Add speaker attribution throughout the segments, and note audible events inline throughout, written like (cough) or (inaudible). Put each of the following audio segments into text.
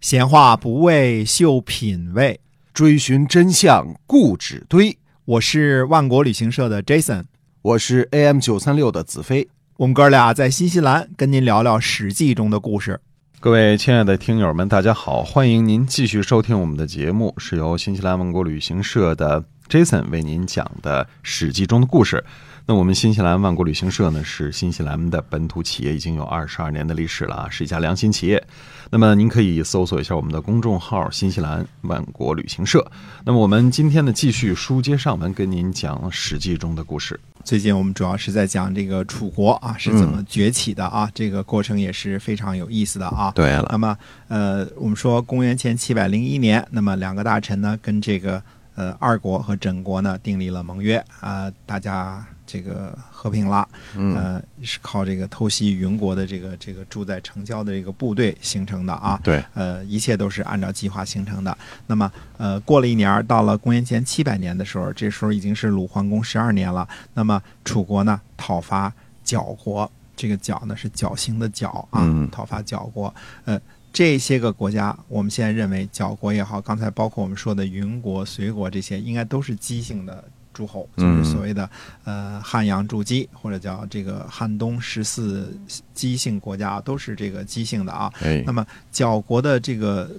Speaker 1: 闲话不为秀品味，
Speaker 2: 追寻真相故纸堆。
Speaker 1: 我是万国旅行社的 Jason，
Speaker 2: 我是 AM 九三六的子飞。
Speaker 1: 我们哥俩在新西兰跟您聊聊《史记》中的故事。
Speaker 3: 各位亲爱的听友们，大家好，欢迎您继续收听我们的节目，是由新西兰万国旅行社的 Jason 为您讲的《史记》中的故事。那我们新西兰万国旅行社呢，是新西兰的本土企业，已经有二十二年的历史了啊，是一家良心企业。那么您可以搜索一下我们的公众号“新西兰万国旅行社”。那么我们今天呢，继续书接上文，跟您讲《史记》中的故事。
Speaker 1: 最近我们主要是在讲这个楚国啊是怎么崛起的啊，这个过程也是非常有意思的啊。
Speaker 3: 对了，
Speaker 1: 那么呃，我们说公元前七百零一年，那么两个大臣呢跟这个呃二国和郑国呢订立了盟约啊、大家这个和平了，呃，是靠这个偷袭云国的这个这个住在城郊的这个部队形成的啊。
Speaker 3: 对，
Speaker 1: 呃，一切都是按照计划形成的。那么，呃，过了一年儿，到了公元前七百年的时候，这时候已经是鲁桓公十二年了。那么，楚国呢讨伐绞国，这个绞呢是绞刑的绞啊，
Speaker 3: 嗯
Speaker 1: 讨伐绞国。呃，这些个国家，我们现在认为绞国也好，刚才包括我们说的云国、隋国这些，应该都是姬姓的诸侯，就是
Speaker 3: 嗯
Speaker 1: 所谓的呃汉阳筑基，或者叫这个汉东十四姬姓国家，都是这个姬姓的啊。
Speaker 3: 哎
Speaker 1: 那，么绞国的这个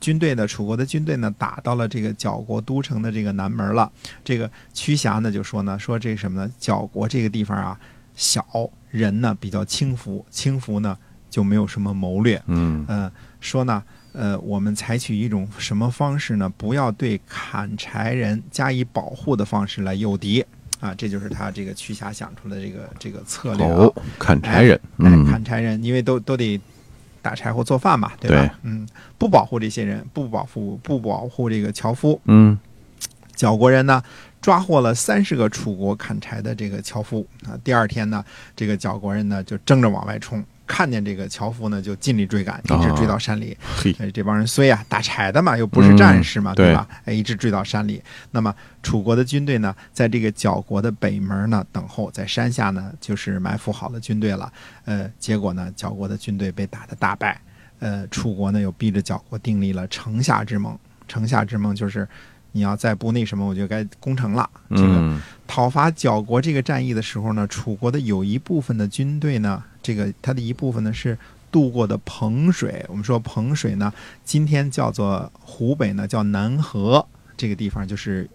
Speaker 1: 军队呢，楚国的军队呢，打到了这个绞国都城的这个南门了。这个屈瑕呢就说呢，说这什么呢？绞国这个地方啊，小人呢比较轻浮，轻浮呢就没有什么谋略。
Speaker 3: 嗯，
Speaker 1: 嗯、说呢，呃，我们采取一种什么方式呢？不要对砍柴人加以保护的方式来诱敌。啊，这就是他这个屈瑕想出的这个这个策略、啊。
Speaker 3: 哦，砍柴人，
Speaker 1: 哎，
Speaker 3: 嗯
Speaker 1: 砍柴人，因为都都得打柴火做饭嘛，对吧？
Speaker 3: 对
Speaker 1: 嗯，不保护这些人，不保护不保护这个樵夫，
Speaker 3: 嗯，
Speaker 1: 绞国人呢抓获了三十个楚国砍柴的这个樵夫啊。第二天呢，这个绞国人呢就争着往外冲，看见这个樵夫呢就尽力追赶，一直追到山里。
Speaker 3: 啊嘿，
Speaker 1: 哎，这帮人衰啊，打柴的嘛，又不是战士嘛，
Speaker 3: 嗯
Speaker 1: 吧？哎，一直追到山里。那么楚国的军队呢，在这个绞国的北门呢等候，在山下呢就是埋伏好了军队了。呃，结果呢，绞国的军队被打得大败。呃，楚国呢又逼着绞国订立了城下之盟。城下之盟就是你要再不那什么，我就该攻城了。这个
Speaker 3: 嗯，
Speaker 1: 讨伐绞国这个战役的时候呢，楚国的有一部分的军队呢，这个它的一部分呢是渡过的彭水。我们说彭水呢，今天叫做湖北呢叫南河，这个地方就是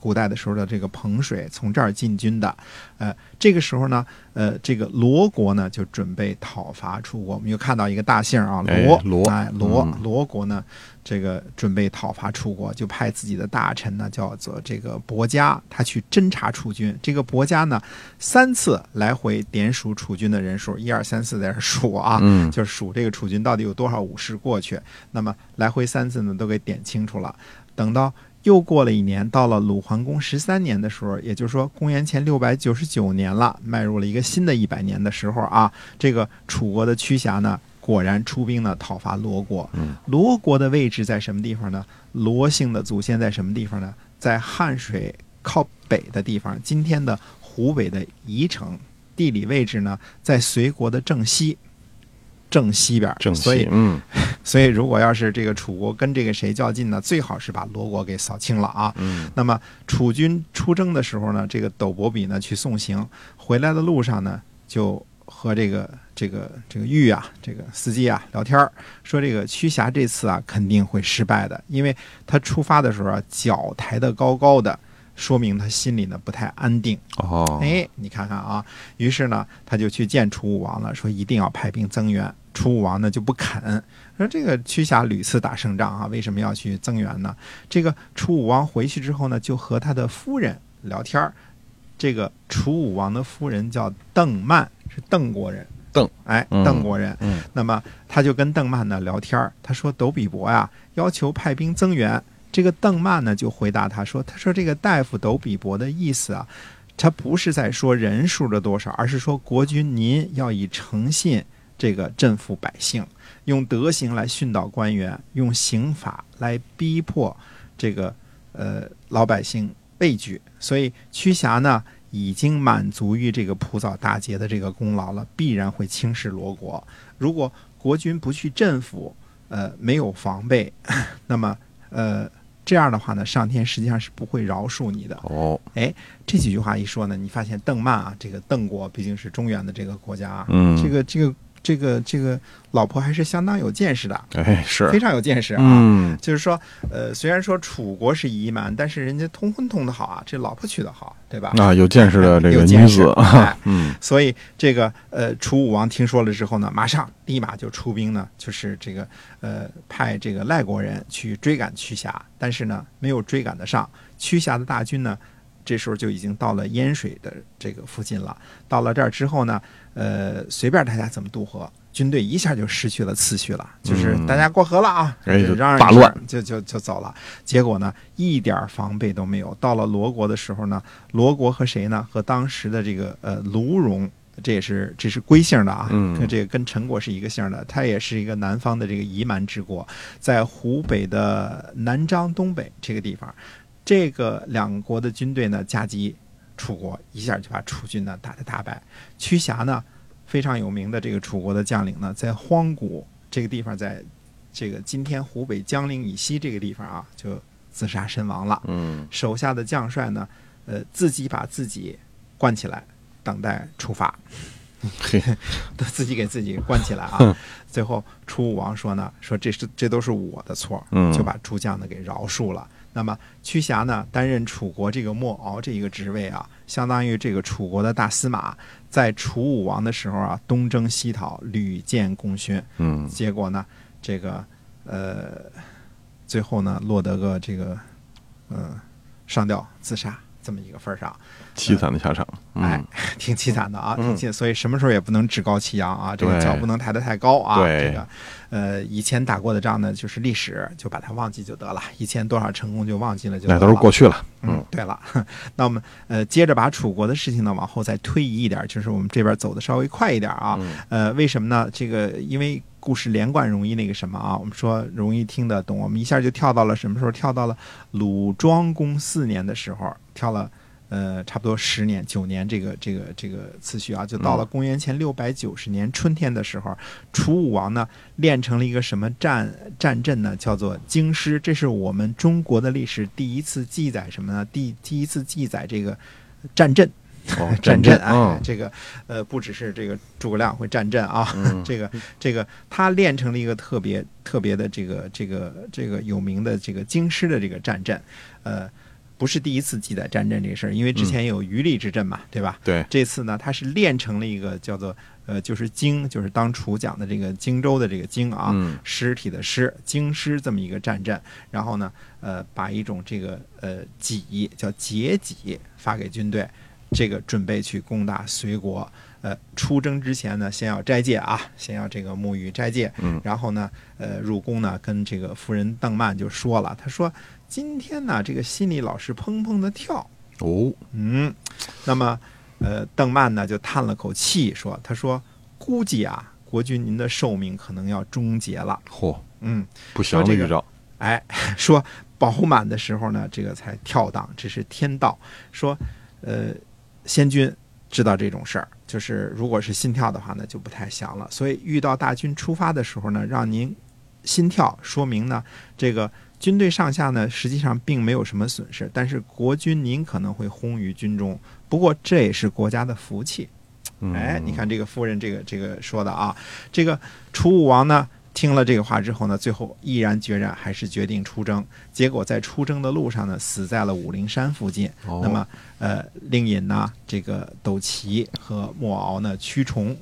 Speaker 1: 古代的时候的这个彭水，从这儿进军的。呃，这个时候呢，呃，这个罗国呢就准备讨伐楚国。我们又看到一个大姓啊，
Speaker 3: 哎
Speaker 1: 罗
Speaker 3: 罗
Speaker 1: 哎罗
Speaker 3: 嗯
Speaker 1: 罗国呢，这个准备讨伐楚国，就派自己的大臣呢，叫做这个伯嘉，他去侦察楚军。这个伯嘉呢，三次来回点数楚军的人数，一二三四在这数啊，
Speaker 3: 嗯
Speaker 1: 就是数这个楚军到底有多少武士过去。那么来回三次呢，都给点清楚了。等到又过了一年，到了鲁桓公十三年的时候，也就是说公元前六百九十九年了，迈入了一个新的一百年的时候啊，这个楚国的屈瑕呢，果然出兵呢讨伐罗国。罗国的位置在什么地方呢？罗姓的祖先在什么地方呢？在汉水靠北的地方，今天的湖北的宜城。地理位置呢，在隋国的正西，正西边儿。
Speaker 3: 正
Speaker 1: 所以
Speaker 3: 气，嗯
Speaker 1: (laughs) 所以，如果要是这个楚国跟这个谁较劲呢，最好是把罗国给扫清了啊。
Speaker 3: 嗯，
Speaker 1: 那么楚军出征的时候呢，这个斗伯比呢去送行，回来的路上呢，就和这个这个这个玉啊，这个司机啊聊天儿，说这个屈瑕这次啊肯定会失败的，因为他出发的时候啊脚抬得高高的，说明他心里呢不太安定。
Speaker 3: 哦，
Speaker 1: 哎，你看看啊，于是呢，他就去见楚武王了，说一定要派兵增援。楚武王呢就不肯，说这个屈瑕屡次打胜仗啊，为什么要去增援呢？这个楚武王回去之后呢，就和他的夫人聊天儿。这个楚武王的夫人叫邓曼，是邓国人。
Speaker 3: 邓，
Speaker 1: 哎，
Speaker 3: 嗯
Speaker 1: 邓国人。
Speaker 3: 嗯
Speaker 1: 那么他就跟邓曼呢聊天儿，他说斗比伯呀、要求派兵增援，这个邓曼呢就回答他说，他说这个大夫斗比伯的意思啊，他不是在说人数的多少，而是说国君您要以诚信这个镇抚百姓，用德行来训导官员，用刑法来逼迫这个呃老百姓畏惧，所以屈瑕呢。已经满足于这个普扫大捷的这个功劳了，必然会轻视罗国。如果国君不去镇抚，呃没有防备， (laughs) 那么呃这样的话呢，上天实际上是不会饶恕你的。哎
Speaker 2: 哦，
Speaker 1: 这几句话一说呢，你发现邓曼啊，这个邓国毕竟是中原的这个国家啊，
Speaker 2: 嗯，
Speaker 1: 这个这个这个这个老婆还是相当有见识的，
Speaker 2: 哎是，
Speaker 1: 非常有见识啊。
Speaker 2: 嗯，
Speaker 1: 就是说，呃，虽然说楚国是夷蛮，但是人家通婚通的好啊，这老婆娶的好，对吧？
Speaker 2: 啊，有见识的这
Speaker 1: 有
Speaker 2: 个
Speaker 1: 见
Speaker 2: 女
Speaker 1: 识
Speaker 2: 子，
Speaker 1: 哎
Speaker 2: 嗯，
Speaker 1: (laughs) 所以这个呃，楚武王听说了之后呢，马上立马就出兵呢， (laughs) 就是这个呃，派这个赖国人去追赶屈瑕，但是呢，没有追赶得上。屈瑕的大军呢，这时候就已经到了淹水的这个附近了。到了这儿之后呢，呃，随便大家怎么渡河，军队一下就失去了次序了，就是
Speaker 2: 嗯
Speaker 1: 大家过河了啊，
Speaker 2: 哎
Speaker 1: 就
Speaker 2: 就
Speaker 1: 嚷嚷
Speaker 2: 大
Speaker 1: 一声
Speaker 2: 乱
Speaker 1: 就就就走了。结果呢，一点儿防备都没有。到了罗国的时候呢，罗国和谁呢？和当时的这个呃卢荣，这也是这是归姓的啊，
Speaker 2: 嗯
Speaker 1: 跟这个跟陈国是一个姓的，他也是一个南方的这个夷蛮之国，在湖北的南漳东北这个地方，这个两国的军队呢夹击楚国，一下就把楚军呢打得大败。屈瑕呢，非常有名的这个楚国的将领呢，在荒谷这个地方，在这个今天湖北江陵以西这个地方啊，就自杀身亡了。
Speaker 2: 嗯
Speaker 1: 手下的将帅呢，呃，自己把自己关起来，等待处罚。 (laughs)
Speaker 2: 嘿，
Speaker 1: 自己给自己关起来啊！最后楚武王说呢，说这是这都是我的错，
Speaker 2: 嗯
Speaker 1: 就把诸将呢给饶恕了。那么屈瑕呢，担任楚国这个莫敖这一个职位啊，相当于这个楚国的大司马，在楚武王的时候啊，东征西讨，屡建功勋，
Speaker 2: 嗯
Speaker 1: 结果呢，这个呃，最后呢，落得个这个呃上吊自杀这么一个份儿上。
Speaker 2: 凄惨的下场，嗯
Speaker 1: 哎， (laughs) 挺凄惨的啊，
Speaker 2: 嗯
Speaker 1: 挺凄，所以什么时候也不能趾高气扬啊，这个
Speaker 2: 对
Speaker 1: 脚不能抬得太高啊，
Speaker 2: 对
Speaker 1: 这个，呃，以前打过的仗呢，就是历史，就把它忘记就得了，以前多少成功就忘记了就得
Speaker 2: 那
Speaker 1: 了，
Speaker 2: 都是过去了，
Speaker 1: 嗯
Speaker 2: 嗯，
Speaker 1: 对了， (laughs) 那我们呃接着把楚国的事情呢往后再推移一点儿，就是我们这边走的稍微快一点儿啊。
Speaker 2: 嗯
Speaker 1: 呃，为什么呢？这个因为故事连贯容易那个什么啊，我们说容易听得懂，我们一下就跳到了什么时候？跳到了鲁庄公四年的时候，跳了。呃，差不多十年、九年这个这个这个次序啊，就到了
Speaker 2: 嗯
Speaker 1: 公元前六百九十年春天的时候，楚武王呢练成了一个什么战战阵呢？叫做京师。这是我们中国的历史第一次记载什么呢？第第一次记载这个战阵，
Speaker 2: 哦
Speaker 1: 战阵
Speaker 2: 阵
Speaker 1: 啊，
Speaker 2: 嗯
Speaker 1: 这个呃不只是这个诸葛亮会战阵啊，
Speaker 2: 嗯
Speaker 1: (laughs) 这个这个他练成了一个特别特别的这个这个这个有名的这个京师的这个战阵，呃，不是第一次记载战阵这个事儿，因为之前有鱼利之阵嘛，对吧？
Speaker 2: 对，
Speaker 1: 这次呢，他是练成了一个叫做呃，就是荆，就是当楚讲的这个荆州的这个荆啊，
Speaker 2: 嗯
Speaker 1: 尸体的尸，京师这么一个战阵。然后呢，呃，把一种这个呃己叫节己发给军队，这个准备去攻打隋国。呃，出征之前呢，先要斋戒啊，先要这个沐浴斋戒。
Speaker 2: 嗯
Speaker 1: 然后呢，呃，入宫呢跟这个夫人邓曼就说了，他说今天呢，这个心里老是砰砰的跳。
Speaker 2: 哦，
Speaker 1: 嗯，那么，呃，邓曼呢就叹了口气说：“他说，估计啊，国君您的寿命可能要终结了。
Speaker 2: 嚯，
Speaker 1: 嗯，
Speaker 2: 不祥的
Speaker 1: 说这个
Speaker 2: 预兆，
Speaker 1: 哎，说饱满的时候呢，这个才跳档，这是天道。说，呃，先君知道这种事儿，就是如果是心跳的话呢，就不太祥了。所以遇到大军出发的时候呢，让您心跳，说明呢，这个军队上下呢，实际上并没有什么损失，但是国君您可能会轰于军中。不过这也是国家的福气。
Speaker 2: 嗯
Speaker 1: 哎，你，看这个夫人这个这个说的啊，这个楚武王呢听了这个话之后呢，最后毅然决然还是决定出征，结果在出征的路上呢，死在了武陵山附近。
Speaker 2: 哦
Speaker 1: 那么呃，令尹呢，这个斗齐和莫敖呢驱虫。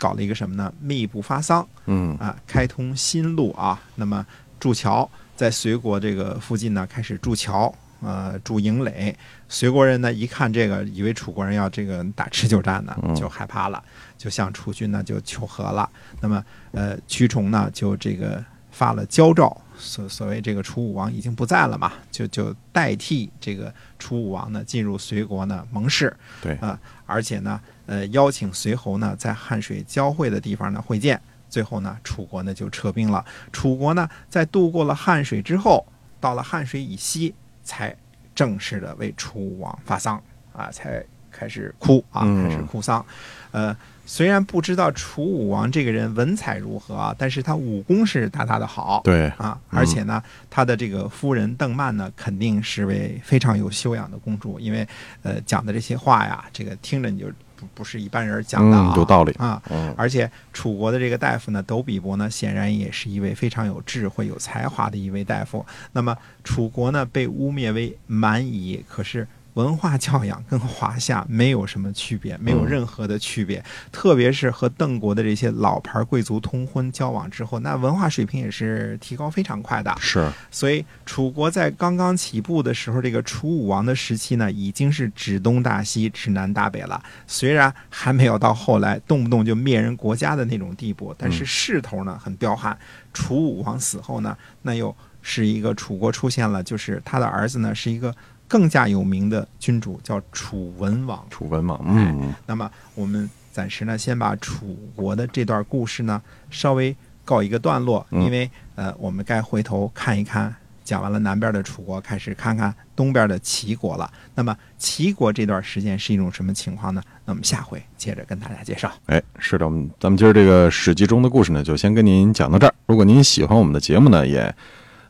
Speaker 1: 搞了一个什么呢？密不发丧
Speaker 2: 嗯
Speaker 1: 啊，开通新路啊。那么筑桥，在隋国这个附近呢，开始筑桥，呃，筑营垒。隋国人呢，一看这个，以为楚国人要这个打持久战呢
Speaker 2: 嗯，
Speaker 1: 就害怕了，就向楚军呢就求和了。那么，呃，屈崇呢就这个发了交诏，所所谓这个楚武王已经不在了嘛，就就代替这个楚武王呢进入隋国呢盟誓。
Speaker 2: 对
Speaker 1: 啊、而且呢，呃，邀请隋侯呢在汉水交汇的地方呢会见。最后呢，楚国呢就撤兵了。楚国呢，在渡过了汉水之后，到了汉水以西，才正式的为楚武王发丧啊，才开始哭啊，
Speaker 2: 嗯
Speaker 1: 开始哭丧。呃，虽然不知道楚武王这个人文采如何啊，但是他武功是大大的好。
Speaker 2: 对，嗯
Speaker 1: 啊，而且呢，他的这个夫人邓曼呢，肯定是位非常有修养的公主，因为呃讲的这些话呀，这个听着你就不不是一般人讲的啊，
Speaker 2: 嗯有道理
Speaker 1: 啊。
Speaker 2: 嗯
Speaker 1: 而且楚国的这个大夫呢，斗比伯呢，显然也是一位非常有智慧、有才华的一位大夫。那么楚国呢，被污蔑为蛮夷，可是。文化教养跟华夏没有什么区别，没有任何的区别。特别是和邓国的这些老牌贵族通婚交往之后，那文化水平也是提高非常快的。
Speaker 2: 是，
Speaker 1: 所以楚国在刚刚起步的时候，这个楚武王的时期呢，已经是指东大西、指南大北了。虽然还没有到后来动不动就灭人国家的那种地步，但是势头呢很彪悍。楚武王死后呢，那又是一个楚国出现了，就是他的儿子呢是一个更加有名的君主，叫楚文王。
Speaker 2: 楚文王，嗯，
Speaker 1: 那么我们暂时呢，先把楚国的这段故事呢稍微告一个段落，
Speaker 2: 嗯
Speaker 1: 因为呃，我们该回头看一看。讲完了南边的楚国，开始看看东边的齐国了。那么齐国这段时间是一种什么情况呢？那我们下回接着跟大家介绍。
Speaker 2: 哎，是的，我们咱们今儿这个《史记》中的故事呢，就先跟您讲到这儿。如果您喜欢我们的节目呢，也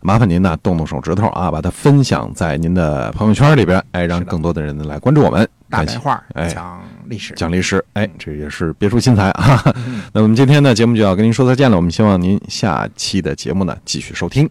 Speaker 2: 麻烦您呢动动手指头啊，把它分享在您的朋友圈里边，哎，让
Speaker 1: 是的
Speaker 2: 更多的人来关注我们。
Speaker 1: 大
Speaker 2: 感
Speaker 1: 白
Speaker 2: 谢
Speaker 1: 话
Speaker 2: 哎
Speaker 1: 讲历史，
Speaker 2: 蒋律师，哎，这也是别出心裁啊。那我们今天呢，节目就要跟您说再见了，我们希望您下期的节目呢继续收听。